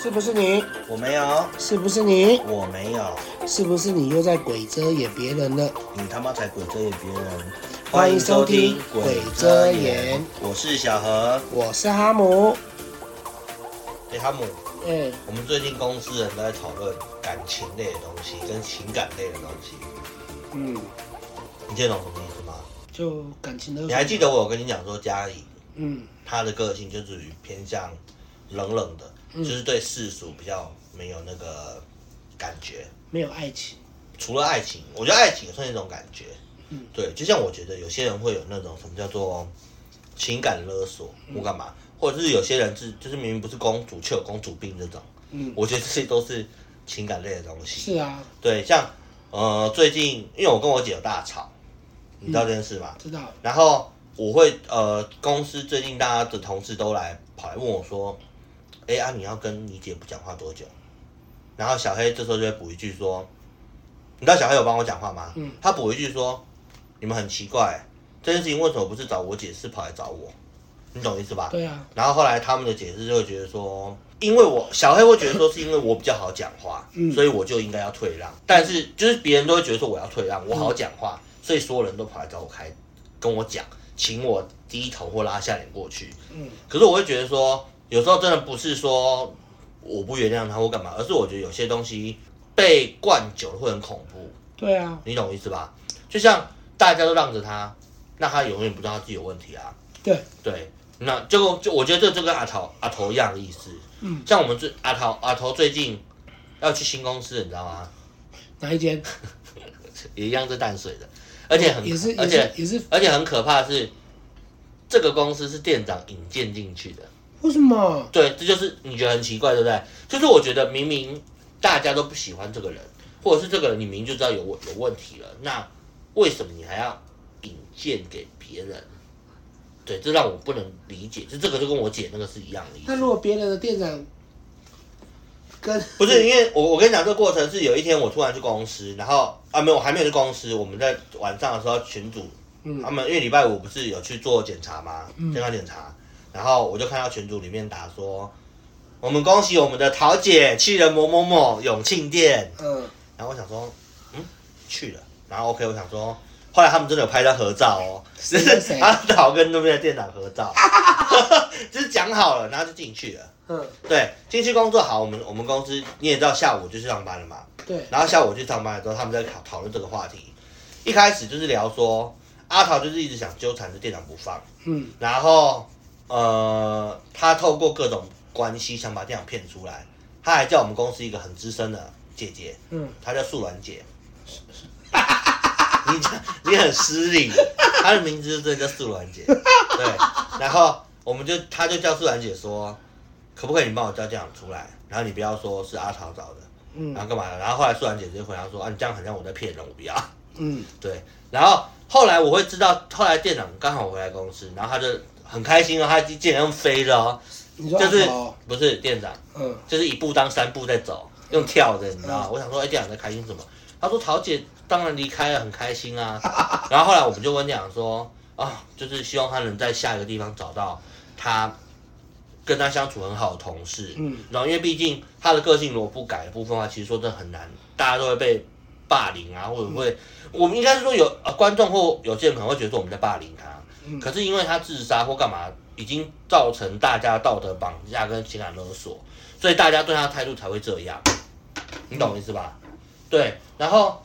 是不是你？我没有，是不是你？我没有，是不是你又在鬼遮掩别人了？你他妈才鬼遮眼别人！欢迎收听鬼遮眼，我是小何。我是哈姆。哎、哈姆，哎、我们最近公司人都在讨论感情类的东西跟情感类的东西，嗯，你听懂什么意思吗？就感情的。你还记得我有跟你讲说嘉颖嗯她的个性就是偏向冷冷的，嗯就是对世俗比较没有那个感觉。没有爱情。除了爱情，我觉得爱情也算一种感觉。嗯对，就像我觉得有些人会有那种什么叫做情感勒索嗯或干嘛，或者是有些人是就是明明不是公主却有公主病这种，嗯，我觉得这些都是情感类的东西。是啊，对，像呃最近因为我跟我姐有大吵，你知道这件事吗？知道。然后我会呃，公司最近大家的同事都来跑来问我说：“哎啊，你要跟你姐不讲话多久？”然后小黑这时候就会补一句说：“你知道小黑有帮我讲话吗？”嗯他补一句说：“你们很奇怪，这件事情为什么不是找我解释，跑来找我？你懂意思吧？”对啊，然后后来他们的解释就会觉得说，因为我小黑会觉得说是因为我比较好讲话，嗯所以我就应该要退让。但是就是别人都会觉得说我要退让，我好讲话，所以所有人都跑来找我开，跟我讲，请我低头或拉下脸过去。嗯可是我会觉得说，有时候真的不是说我不原谅他或干嘛，而是我觉得有些东西被灌久了会很恐怖，对啊，你懂我意思吧？就像大家都让着他，那他永远不知道他自己有问题啊。对，对，那就就我觉得这就跟阿桃阿头一样的意思。嗯，像我们最阿桃阿头最近要去新公司，你知道吗？哪一间？也一样是淡水的，而且很也是而也且是也是，而且很可怕的是，这个公司是店长引荐进去的。为什么？对，这就是你觉得很奇怪，对不对？就是我觉得明明大家都不喜欢这个人，或者是这个人你明明就知道有问有问题了，那为什么你还要引荐给别人？对，这让我不能理解，就这个就跟我姐那个是一样的意思那。如果别人的店长跟不是因为我我跟你讲这个过程是有一天我突然去公司，然后啊没有我还没有去公司，我们在晚上的时候群组，嗯他们因为礼拜五不是有去做检查吗？健康检查，然后我就看到群组里面打说，我们恭喜我们的桃姐去了某某某永庆店，嗯然后我想说，嗯，去了，然后 OK 我想说，后来他们真的有拍到合照哦，就谁跟是 谁阿桃跟那边的店长合照， 就是讲好了，然后就进去了。嗯，对，进去工作好，我们我们公司你也知道，下午我就去上班了嘛。对，然后下午我去上班的时候，他们在讨讨论这个话题。一开始就是聊说，阿桃就是一直想纠缠着店长不放，嗯然后呃，他透过各种关系想把店长骗出来。他还叫我们公司一个很资深的姐姐，嗯，她叫素兰姐。 你讲你很失礼，她的名字就真的叫素兰姐。对，然后我们就她就叫素兰姐说，可不可以你帮我叫这样出来？然后你不要说是阿桃找的，嗯然后干嘛的？然后后来素兰姐就回答说啊，你这样很像我在骗人，我不要。嗯对，然后后来我会知道，后来店长刚好回来公司，然后他就很开心哦，他竟然用飞了哦，你说就是阿哦豪不是店长。嗯就是一步当三步在走，用跳的，你知道吗？我想说，哎、店长在开心什么？他说桃姐当然离开了，很开心啊。 然后后来我们就问店长说，啊、就是希望他能在下一个地方找到他跟他相处很好的同事。嗯，然后因为毕竟他的个性如果不改的部分的话，其实说真的很难，大家都会被霸凌啊，或者会，我们应该是说有呃观众或有些人可能会觉得说我们在霸凌他，嗯可是因为他自杀或干嘛，已经造成大家道德绑架跟情感勒索，所以大家对他的态度才会这样，你懂我意思吧？对，然后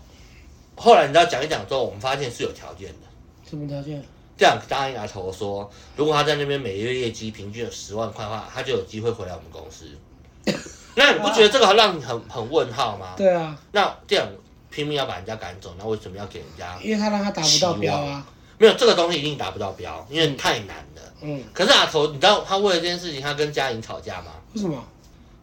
后来你知道讲一讲之后，我们发现是有条件的。什么条件？这样答应阿头说，如果他在那边每月业绩平均有十万块的话，他就有机会回来我们公司。那你不觉得这个让你很很问号吗？对啊，那这样拼命要把人家赶走，那为什么要给人家？因为他让他达不到标啊。没有这个东西一定达不到标，因为太难了。嗯，可是阿头，你知道他为了这件事情，他跟嘉颖吵架吗？为什么？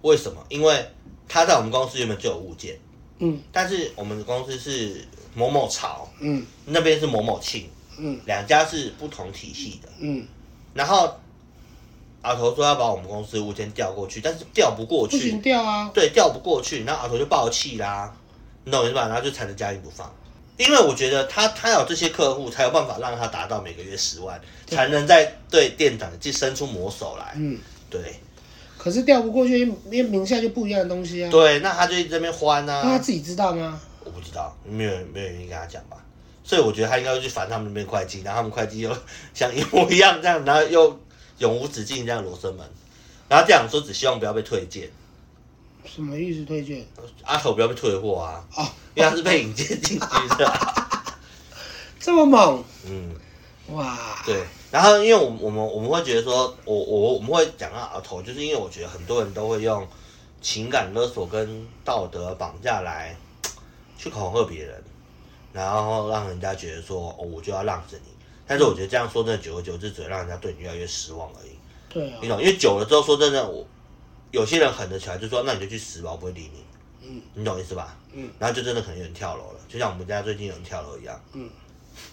为什么？因为他在我们公司原本就有物件，嗯但是我们公司是某某潮，嗯那边是某某庆，嗯两家是不同体系的。嗯，然后阿头说要把我们公司的物件调过去，但是调不过不行去，掉啊。对，调不过去，然后阿头就爆气啦，你懂我意思吧？然后就缠着嘉玲不放，因为我觉得他他有这些客户，才有办法让他达到每个月十万，才能在对店长去伸出魔手来。嗯，对，可是调不过去，因为名下就不一样的东西啊。对，那他就一直在那边欢那啊。他自己知道吗？我不知道，没有人没有人跟他讲吧，所以我觉得他应该会去烦他们那边会计，然后他们会计又像一模一样这样，然后又永无止境这样罗生门，然后这样说只希望不要被推荐，什么意思退券？阿头不要被退货啊，哦，因为他是被引荐进去的啊、这么猛，嗯，哇！对。然后，因为我们我们我们会觉得说，我我我们会讲到阿头，就是因为我觉得很多人都会用情感勒索跟道德绑架来去恐吓别人，然后让人家觉得说，哦，我就要让着你。但是我觉得这样说真的，久而久之，只会让人家对你越来越失望而已。对啊你，懂？因为久了之后，说真的，我有些人狠得起来，就说那你就去死吧，我不会理你。嗯，你懂意思吧？嗯然后就真的可能有人跳楼了，就像我们家最近有人跳楼一样。嗯，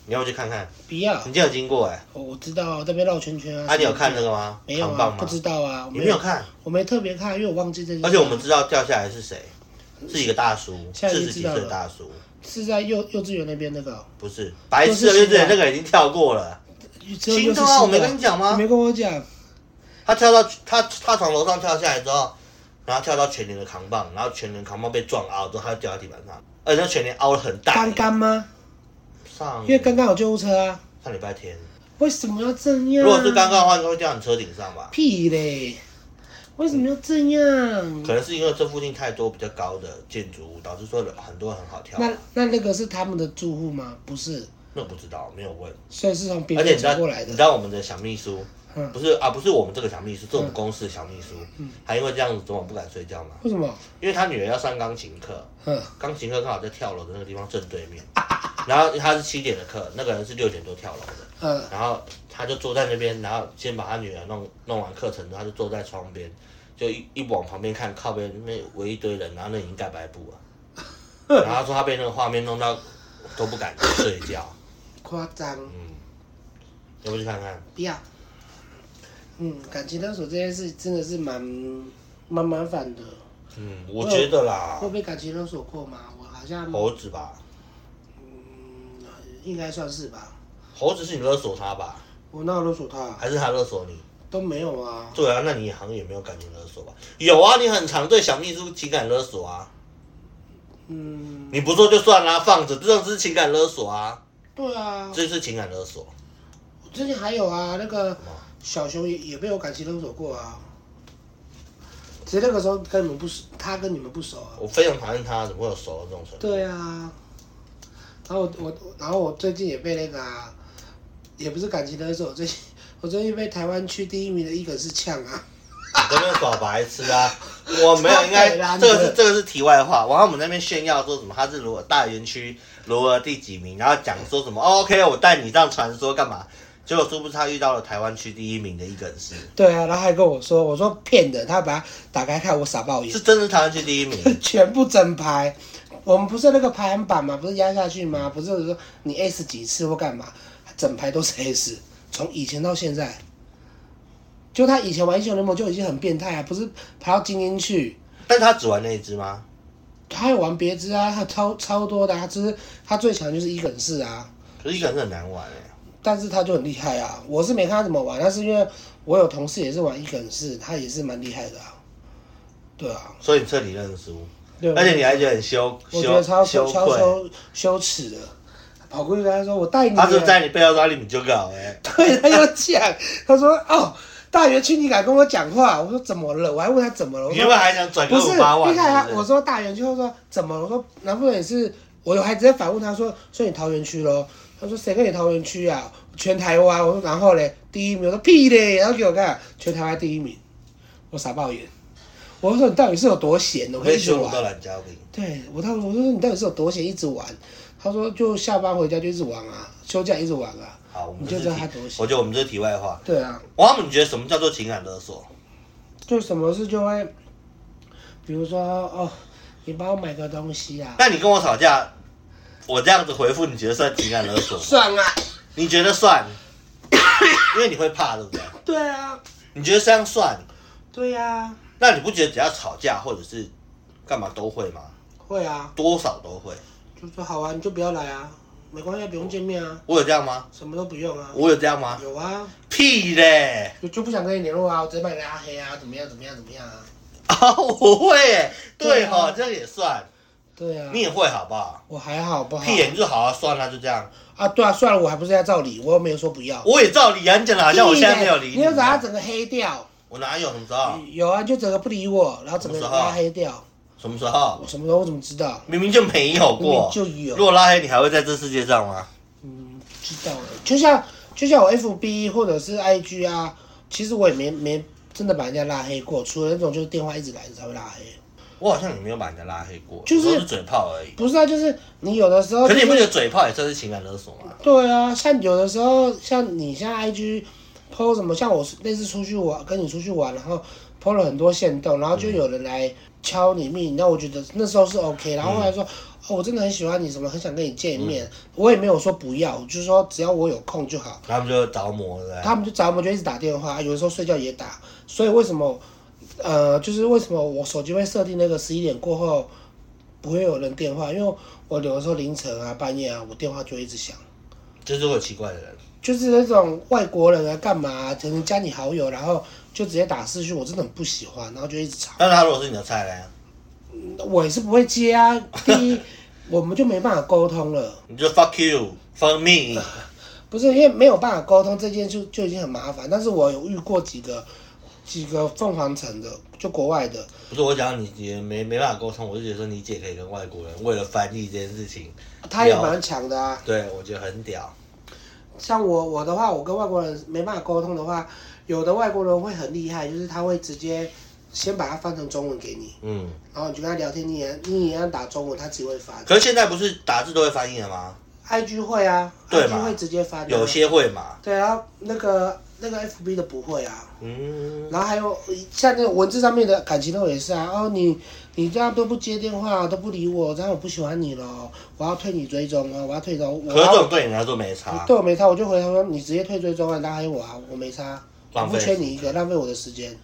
你要不要去看看？不要你，今天有经过哎、我我知道啊，我这边绕圈圈啊。啊，你有看那个吗？没有扛啊？棒不吗？知道啊，我你没没有，看，我没特别看，因为我忘记这件事。而且我们知道掉下来是谁，是一个大叔，现在四已经十几知道岁了的大叔，是在幼幼稚园那边那个哦，不是白痴的，就是因为新之的前那个已经跳过了。只有心幼动啊，我稚没园跟你讲你吗？没跟我讲，他跳到他他从楼上跳下来之后，然后跳到全年的扛棒，然后全年扛棒被撞凹之后，他就掉到地板上，而且他全年凹了很大。刚刚吗？嗯上因为刚刚有救护车啊，上礼拜天，为什么要这样？如果是刚刚的话，应该会掉你车顶上吧？屁嘞，为什么要这样？可能是因为这附近太多比较高的建筑物，导致说很多人很好跳。那那那个是他们的住户吗？不是，那不知道，没有问。所以是从别而且人你知道，走过来你知的。道我们的小秘书，嗯不是啊，不是我们这个小秘书，是我们公司的小秘书，还因为这样子昨晚不敢睡觉嘛，为什么？因为他女儿要上钢琴课，嗯，钢琴课刚好在跳楼的那个地方正对面，然后他是七点的课，那个人是六点多跳楼的，呃，然后他就坐在那边，然后先把他女儿弄弄完课程，他就坐在窗边，就一一往旁边看，靠边那边围一堆人，然后那已经盖白布 了，然后他说他被那个画面弄到都不敢睡觉，夸张，嗯，要不去看看？不要。嗯，感情勒索这件事真的是蛮蛮麻烦的。嗯，我觉得啦我，被感情勒索过吗？我好像，猴子吧，嗯，应该算是吧。猴子是你勒索他吧，我哪有勒索他？还是他勒索你？都没有啊。对啊，那你好像也没有感情勒索吧？有啊，你很常对小秘书情感勒索啊，嗯，你不做就算啦、放着，这种是情感勒索啊，对啊。这是情感勒索。我之前还有啊，那个什么小熊也也被我感情勒索过啊。只是那个时候跟你们不熟，他跟你们不熟啊。我非常讨厌他，怎么会有熟的这种程度？对啊。然后我我然后我最近也被那个、啊，也不是感情勒索，我最近我最近被台湾区第一名的一个是呛啊。你在那边耍白痴啊！我没有，应该超北蓝这的个是这个是题外话。然后我们那边炫耀说什么他是如何大园区如何第几名，然后讲说什么、哦、OK，我带你上传说干嘛？结果殊不知他遇到了台湾区第一名的一个人是对啊，然后还跟我说，我说骗人，他把它打开看，我傻爆眼是，真的台湾区第一名。 全部整排。我们不是那个排行榜嘛，不是压下去吗？不是说你 S 几次或干嘛，整排都是 S，从以前到现在，就他以前玩英雄联盟就已经很变态啊，不是排到精英去，但他只玩那一只吗？他有玩别支啊，他超超多的、啊，只是他最强就是一梗式啊，可是一个人是很难玩哎、但是他就很厉害啊。我是没看他怎么玩，但是因为我有同事也是玩一梗式，他也是蛮厉害的啊。对啊，所以你彻底认输，对，啊而且你还觉得很羞我觉得超羞羞羞超愧。羞羞耻的，跑过去跟他说：“我带你。”他是在你背后抓你你就搞哎、对，他有讲，他说：“哦，大园区你敢跟我讲话？”我说：“怎么了？”我还问他怎么了。我你说有没有还想转个不是，五八万？一开始是他不我是说大园区，他说怎么了？我说难不成也是？我还直接反问他说：“所以你桃园区咯？”他说：“谁跟你桃园区啊？全台湾。”我说：“然后嘞，第一名。”我说：“屁嘞！”然后给我看全台湾第一名，我傻爆眼。我说：“你到底是有多闲？我可以被一直羞辱玩。”到懒交饼。对我他我说你到底是有多闲一直玩？他说就下班回家就一直玩啊，休假一直玩啊。好，我们你就这知道是他题多闲我觉得我们这是题外话。对啊，王他们，你觉得什么叫做情感勒索？就什么事就会，比如说哦，你帮我买个东西啊，那你跟我吵架，我这样子回复，你觉得算情感 勒索吗？算啊，你觉得算？因为你会怕，对不对？对啊，你觉得这样算？对啊，那你不觉得只要吵架或者是干嘛都会吗？会啊，多少都会。就说好啊，你就不要来啊，没关系，不用见面啊，我有这样吗？什么都不用啊。我有这样吗？有啊，屁嘞！ 就就不想跟你联络啊，我直接把你拉黑啊，怎么样怎么样怎么样啊？啊，我会耶，对哈、对啊这样也算，对啊你，也会好不好？我还好不好？屁眼就好啊，算了，就这样。啊，对啊，算了，我还不是在照理，我又没有说不要。我也照理啊，你讲的好像我现在没有理你你又把他啊。整个黑掉，我哪有？什么时候？有啊，就整个不理我，然后整个什么时候拉黑掉。什么时候？我什么时候我怎么知道？明明就没有明明过。就有如，果拉黑你，还会在这世界上吗？嗯，知道了。就像就像我 FB 或者是 IG 啊，其实我也没没真的把人家拉黑过，除了那种就是电话一直来才会拉黑。我好像也没有把人家拉黑过，就是有时候嘴炮而已。不是啊，就是你有的时候、可就是是，你不觉得嘴炮也算是情感勒索吗？对啊，像有的时候，像你像 IG PO 什么，像我那次出去玩，跟你出去玩，然后 PO 了很多线动，然后就有人来敲你密，那我觉得那时候是 OK，然后后来说、哦，我真的很喜欢你，什么很想跟你见面，我也没有说不要，我就说只要我有空就好。然后他们就着魔了。他们就找我们就一直打电话，有的时候睡觉也打，所以为什么，呃，就是为什么我手机会设定那个十一点过后不会有人电话，因为我有的时候凌晨啊、半夜啊，我电话就会一直响。就是会有奇怪的人。就是那种外国人啊，干嘛、可能加你好友，然后就直接打私讯，我真的很不喜欢，然后就一直吵。但是他如果是你的菜嘞，我也是不会接啊，第一， 我们就没办法沟通了，你就 fuck you，fuck me。不是因为没有办法沟通这件就就已经很麻烦。但是我有遇过几个几个凤凰城的，就国外的，不是我讲你也没没办法沟通，我就觉得说你姐可以跟外国人为了翻译这件事情，他也了蛮强的啊。对我觉得很屌。像我我的话，我跟外国人没办法沟通的话，有的外国人会很厉害，就是他会直接先把它翻成中文给你，嗯，然后你就跟他聊天，你也你也要打中文，他只会翻。可是现在不是打字都会翻译了吗？ IG 会啊对，IG 嘛会直接翻、啊，有些会嘛。对，然后那个那个 FB 的不会啊，嗯，然后还有像那个文字上面的感情都也是啊，哦你你这样都不接电话，都不理我，这样我不喜欢你了，我要退你追踪啊，我要退踪，我可是这要种对你来说没差，对我没差，我就回他说你直接退追踪啊，拉黑我啊，我没差，我浪不费缺你一个，浪费我的时间。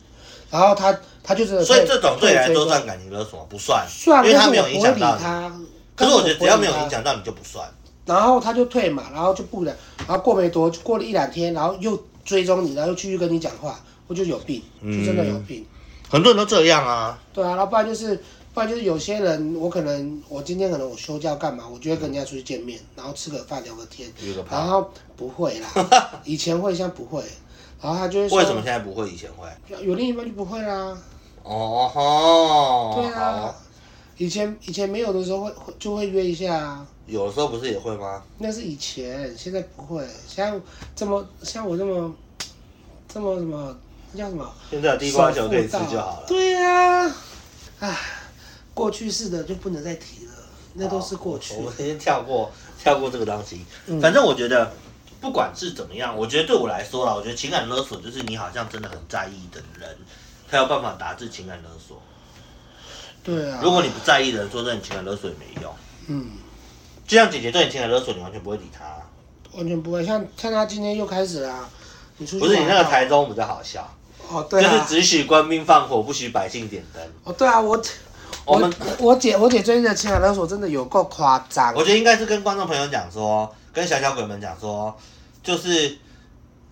然后他他就真的退，所以这种对你来退追说踪算感情勒索吗？不算，算，因为他但没是我有不影会响理到你。他。可是我觉得只要没但是我不会有理他影响到你就不算。然后他就退嘛，然后就不了，然后过没多过了一两天，然后又追踪你，然后又继续跟你讲话，我就有病，就真的有病。很多人都这样啊，对啊，然后不然就是不然就是有些人，我可能我今天可能我休假干嘛，我就会跟人家出去见面，然后吃个饭聊个天，有个然怕。后不会啦， 以前会，现在不会。然后他就会说，为什么现在不会？以前会。有另一半就不会啦？哦吼，对啊哦好，，以前以前没有的时候会会就会约一下啊。有的时候不是也会吗？那是以前，现在不会。像这么像我这么这么什么那叫什么？现在有地瓜手球术可以吃到就好了。对啊，唉，过去式的就不能再提了，那都是过去哦好我。们先跳过跳过这个东西。嗯反正我觉得，不管是怎么样，我觉得对我来说啦，我觉得情感勒索就是你好像真的很在意的人，才有办法达至情感勒索。对啊如，果你不在意的人，说真的，情感勒索也没用。嗯，就像姐姐对你情感勒索，你完全不会理啊她。完全不会。像像他今天又开始啦，你出去不是你那玩个吧台中比较好笑，哦，就对是啊，只许官兵放火，不许百姓点灯。哦对啊，我我们我姐我姐最近的情感勒索真的有够夸张。我觉得应该是跟观众朋友讲说，跟小小鬼们讲说，就是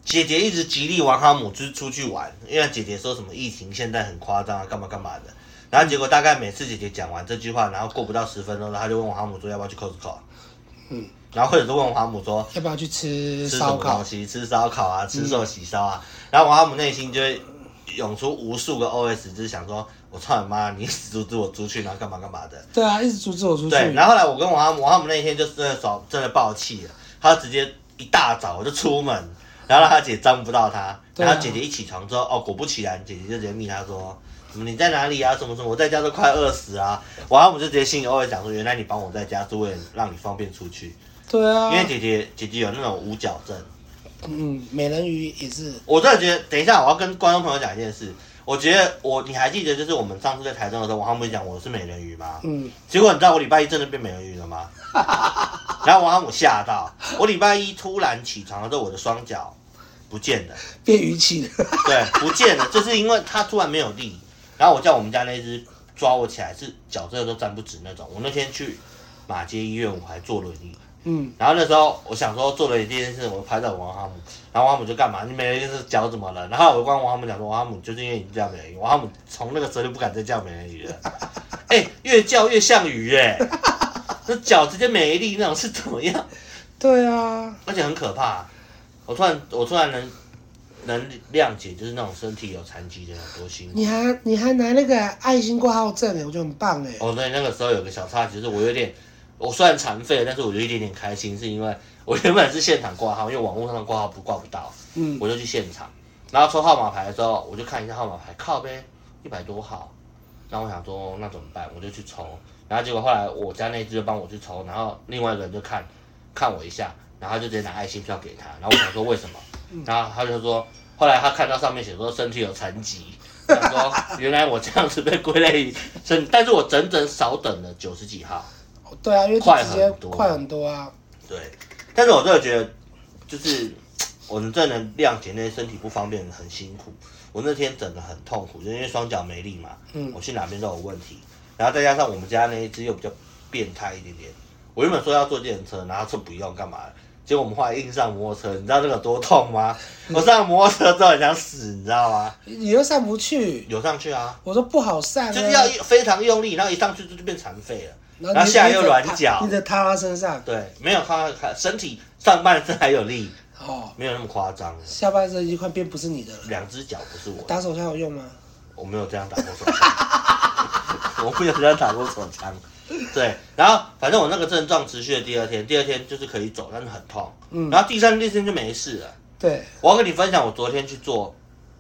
姐姐一直极力玩哈姆，就是出去玩，因为姐姐说什么疫情现在很夸张啊，干嘛干嘛的。然后结果大概每次姐姐讲完这句话，然后过不到十分钟，然后她就问我哈姆说要不要去 Costco，嗯，然后或者是问我哈姆说要不要去吃吃什么烧东烤？西，吃烧烤啊，吃寿喜烧啊，然后我哈姆内心就会涌出无数个 OS，就是想说我操你妈，你死阻止我出去，然后干嘛干嘛的。对啊，一直阻止我出去。对，然后后来我跟王阿姆，王阿姆那一天就真的爽，真的爆气了，他直接一大早我就出门，然后让他姐张不到他，对啊然后姐姐一起床之后，哦，果不其然，姐姐就直接密他说。什么你在哪里啊？什么什么？我在家都快饿死啊！王阿姆就直接心里偶尔想说，原来你帮我在家是为了让你方便出去，对啊，因为姐姐姐姐有那种五角症。嗯，美人鱼也是，我真的觉得，等一下我要跟观众朋友讲一件事，我觉得我你还记得就是我们上次在台中的时候，王阿姆讲我是美人鱼吗？嗯，结果你知道我礼拜一真的变美人鱼了吗？ 然后我让我吓到，我礼拜一突然起床的时候，我的双脚不见了，变鱼鳍的。对，不见了，就是因为它突然没有力。然后我叫我们家那只抓我起来，是脚真的都站不直那种。我那天去马街医院，我还坐轮椅，嗯，然后那时候我想说做了一件事，我拍照王哈姆，然后王哈姆就干嘛？你每一件事教怎么了？然后我跟王哈姆讲说，王哈姆就是因为你叫美人鱼，王哈姆从那个时候就不敢再叫美人鱼了。哎、越叫越像鱼哎、那脚直接没力那种是怎么样？对啊，而且很可怕。我突然我突然能能谅解，就是那种身体有残疾的人有多辛苦。你还你还拿那个爱心挂号证哎，我觉得很棒哎。哦，对，那个时候有个小插曲，就是我有点，我虽然残废，但是我有一点点开心，是因为我原本是现场挂号，因为网络上的挂号不挂不到，嗯，我就去现场，然后抽号码牌的时候，我就看一下号码牌，靠呗，一百多号，然后我想说那怎么办，我就去抽，然后结果后来我家那只就帮我去抽，然后另外一个人就看看我一下，然后他就直接拿爱心票给他，然后我想说为什么，然后他就说，后来他看到上面写说身体有残疾。我想说 原来我这样子被归类成，但是我整整少等了九十几号。对啊，因为就快直接很多快很多啊。对，但是我真的觉得，就是我们真的能谅解那些身体不方便的人很辛苦。我那天整的很痛苦，就是因为双脚没力嘛，嗯我去哪边都有问题，然后再加上我们家那一只又比较变态一点点。我原本说要坐电车，然后说不用干嘛，结果我们后来硬上摩托车，你知道那个多 痛吗？我上摩托车之后很想死，你知道吗？你又上不去，有上去啊，我说不好上啊，就是要非常用力，然后一上去就就变残废了。然然后你下来你又得软趴脚你得塌到他身上对，没有他身体上半身还有力，哦，没有那么夸张。下半身已经快变不是你的了。两只脚不是我的，打手枪有用吗？我没有这样打过手枪， 我没有这样打过手枪。对，然后反正我那个症状持续了第二天，第二天就是可以走，但是很痛。嗯然后第三、第四天就没事了。对，我要跟你分享，我昨天去做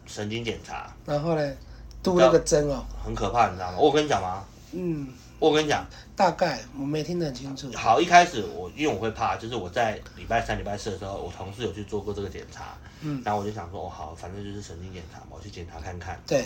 神经检查，然后呢，嘟那个针哦，很可怕，你知道吗？我跟你讲吗？嗯，我跟你讲，大概我没听得很清楚。好，一开始我因为我会怕，就是我在礼拜三、礼拜四的时候，我同事有去做过这个检查，嗯，然后我就想说，哦好，反正就是神经检查嘛，我去检查看看。对，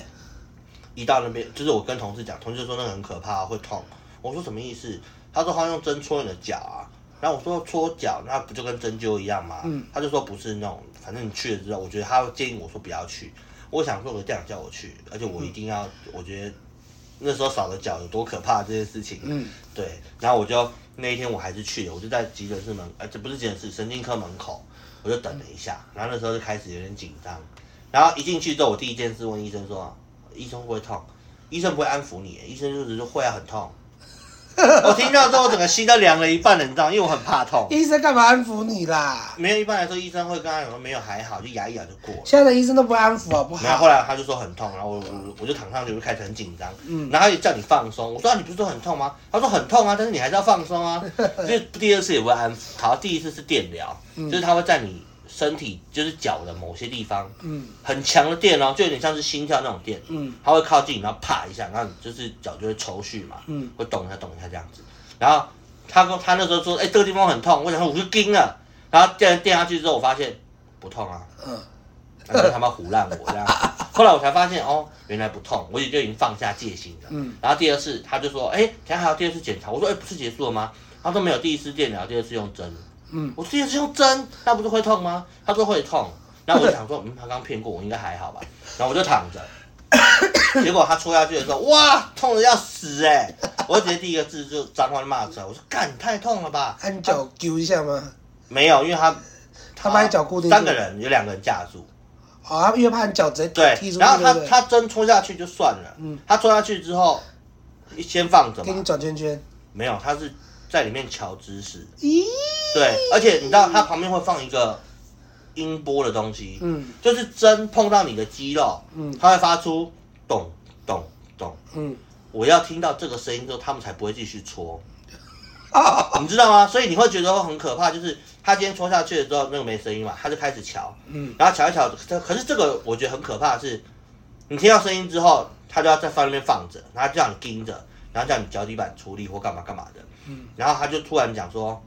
一到那边，就是我跟同事讲，同事说那个很可怕，会痛。我说什么意思？他说他用针戳你的脚啊。然后我说戳脚，那不就跟针灸一样吗？嗯他就说不是那种，反正你去了之后，我觉得他会建议我说不要去。我想说，我这样叫我去，而且我一定要，我觉得那时候少了脚有多可怕这件事情。嗯对，然后我就那一天我还是去了，我就在急诊室门，呃，这不是急诊室，神经科门口，我就等了一下，然后那时候就开始有点紧张，然后一进去之后，我第一件事问医生说，医生会不会痛？医生不会安抚你，医生就只是说会啊，很痛。我听到之后，我整个心都凉了一半了，你知道，因为我很怕痛。医生干嘛安抚你啦？没有，一般来说医生会跟他讲说没有还好，就牙一咬就过了。现在的医生都不安抚好不然好？后后来他就说很痛，然后我我我就躺上去，我就开始很紧张，嗯然后他就叫你放松，我说、啊、你不是说很痛吗？他说很痛啊，但是你还是要放 松啊。就第二次也不会安抚，好，第一次是电疗，嗯就是他会在你身体就是脚的某些地方嗯很强的电哦，就有点像是心跳那种电，嗯他会靠近你，然后啪一下，然后你就是脚就会抽搐嘛，嗯，会动一下动一下这样子。然后他跟他那时候说，哎、这个地方很痛，我想说我就惊了，然后电电下去之后，我发现不痛啊。嗯，然后他妈胡烂我这样。 后来我才发现哦，原来不痛，我也就已经放下戒心了。嗯然后第二次他就说，哎、等一下还有第二次检查，我说，哎、不是结束了吗？他说没有，第一次电疗，第二次用针。嗯，我说第二次用针，那不是会痛吗？他说会痛。然后我就想说，嗯，他刚骗过我，应该还好吧。然后我就躺 着，结果他戳下去的时候，哇，痛的要死哎、我直接第一个字就脏话就骂出来，我说干，你太痛了吧？按脚揪一下吗？没有，因为他他把你脚固定住三个人有两个人架住，好，哦他约怕你脚直接踢对出，去，然后对他不对？他针戳下去就算了，嗯他戳下去之后，一先放着给你嘛，转圈圈。没有，他是在里面瞧知识，咦？对，而且你知道他旁边会放一个音波的东西，嗯就是针碰到你的肌肉，嗯它会发出咚咚咚，嗯，我要听到这个声音之后，他们才不会继 续戳。你知道吗？所以你会觉得很可怕，就是他今天戳下去了之后，那个没声音嘛，他就开始瞧，嗯然后瞧一瞧，这可是这个我觉得很可怕的是，你听到声音之后，他就要在放那边放着，然后叫你盯着，然后叫你脚底板出力或干嘛干嘛的，嗯然后他就突然讲说，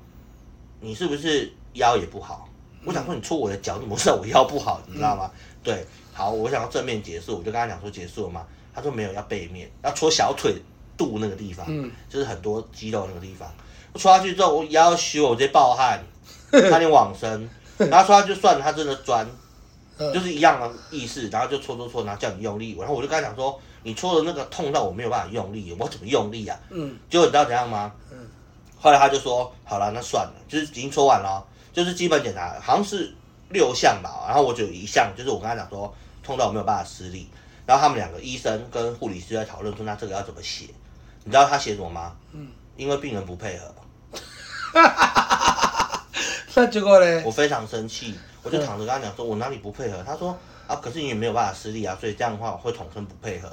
你是不是腰也不好？我想说你戳我的脚，你怎么知道我腰不好？你知道吗？对，好，我想要正面结束，我就跟他讲说结束了吗？他说没有，要背面，要戳小腿肚那个地方，嗯就是很多肌肉那个地方。我戳下去之后，我腰虚，我直接暴汗，差点往生。然后戳下去就算了，他真的钻，嗯就是一样的意思，然后就戳戳戳，然后叫你用力。然后我就跟他讲说，你戳的那个痛到我没有办法用力，我怎么用力啊？嗯结果你知道怎样吗？嗯后来他就说，好了，那算了，就是已经抽完了哦，就是基本检查，好像是六项吧。然后我就有一项，就是我跟他讲说，痛到我没有办法施力。然后他们两个医生跟护理师在讨论说，那这个要怎么写？你知道他写什么吗？嗯，因为病人不配合，那结果嘞？我非常生气，我就躺着跟他讲说，我哪里不配合？他说啊，可是你也没有办法施力啊，所以这样的话我会统称不配合。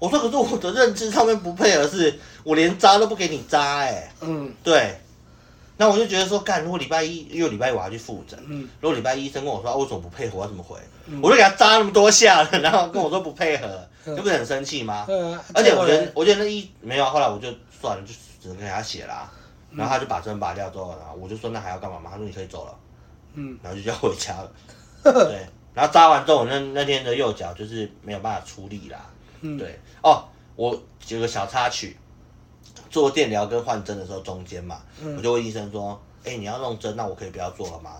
我说可是我的认知上面不配合是，我连扎都不给你扎哎、嗯对，那我就觉得说，干，如果礼拜一，因为礼拜一我要去复诊，嗯，如果礼拜一医生跟我说、啊、为什么不配合，我要怎么回？嗯我就给他扎那么多下了，然后跟我说不配合，嗯这不是很生气吗？对啊。而结且我果觉嘞得，我觉得那医没有，啊后来我就算了，就只能给他写啦。嗯然后他就把针拔掉之后，然后我就说那还要干嘛嘛？他说你可以走了，嗯然后就叫我回家 了。对，然后扎完之后，我那那天的右脚就是没有办法出力啦。嗯， 对哦，我有个小插曲，做电疗跟换针的时候中间嘛，嗯我就问医生说：“哎、你要弄针，那我可以不要做了吗？”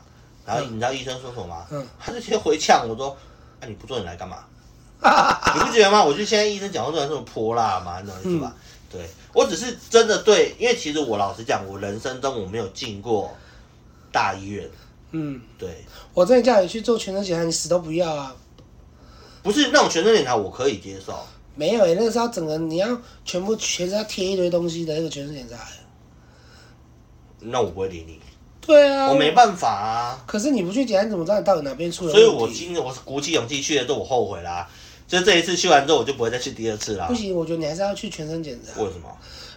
然后你知道医生说什么吗？嗯 他就直接回呛我说：“那、你不做你来干嘛？你不觉得吗？我就现在医生讲话都很这么泼辣嘛，你懂我意思嗯吧？对我只是真的对，因为其实我老实讲，我人生中我没有进过大医院，嗯，对，我真的叫你去做全身检查，你死都不要啊！不是那种全身检查我可以接受，没有诶、欸那个时候整个你要全部全身要贴一堆东西的那个全身检查欸、那我不会理你，对啊，我没。办法啊。可是你不去检查，你怎么知道你到底哪边出了所以我问题今我是鼓起勇气去的时候，我后悔啦、就这一次去完之后，我就不会再去第二次啦不。行，我觉得你还是要去全身检查，为什么？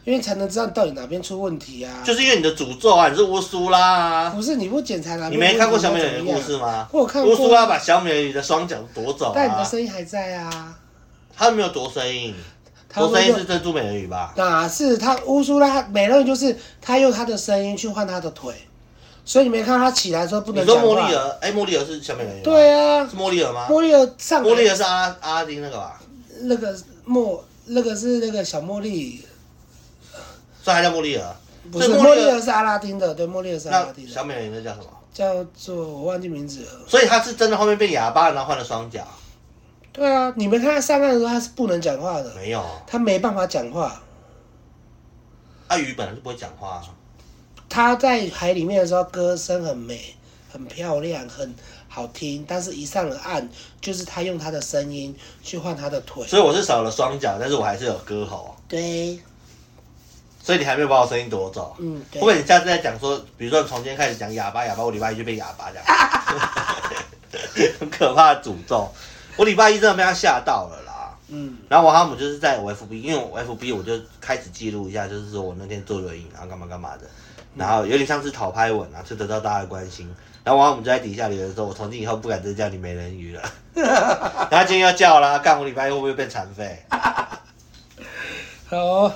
因为才能知道你到底哪边出问题啊。就是因为你的诅咒啊，你是乌苏拉啊！不是你不检查哪边你有问题，没看过小美那人怎鱼么的故样事吗？我有看过乌苏拉把小美人鱼的双脚夺走但你的啊！声音还在啊。他没有夺声音，他夺声会音用是珍珠美人鱼吧？哪是他乌苏拉美人鱼就是他用他的声音去换他的腿，所以你没看到他起来的时候不你能说讲莫莉话。尔？哎，莫莉尔是小美人鱼吗？对啊是，莫莉尔吗？莫莉尔上来莫莉尔是阿阿丁那个吧？那个莫那个是那个小茉莉，所以还叫莫莉尔？不所是以莫莫莉莉尔尔，是阿拉丁的，对，莫莉尔是阿拉那丁小的，美人鱼那叫什么？叫做我忘记名字了。所以他是真的后面变哑巴，然后换了双脚？对啊，你没看他上岸的时候他是不能讲话的，没有，啊他没办法讲话。阿鱼本来就不会讲话啊。他在海里面的时候歌声很美，很漂亮，很好听，但是一上了岸，就是他用他的声音去换他的腿。所以我是少了双脚，但是我还是有歌喉，对，所以你还没有把我声音夺走。嗯，会对不。会你下次再讲说，比如说从今天开始讲哑巴哑巴，我礼拜一就变哑巴这样，很可怕的诅咒。我礼拜一真的被他吓到了啦。嗯然后我他们就是在我 FB，因为我 FB 我就开始记录一下，就是说我那天坐轮椅，然后干嘛干嘛的，然后有点像是讨拍文啊，就得到大家的关心。然后我他们就在底下留言说，我从今以后不敢再叫你美人鱼了。 然后今天要叫啦，干我礼拜一会不会变残废？好哦，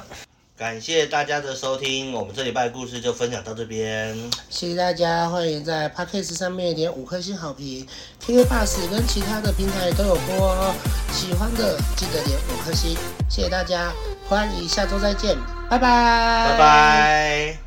感谢大家的收听，我们这礼拜的故事就分享到这边。谢谢大家，欢迎在 p a c k a g e 上面点五颗星好评，KK Bus 跟其他的平台都有播哦。喜欢的记得点五颗星，谢谢大家，欢迎下周再见，拜拜，拜拜。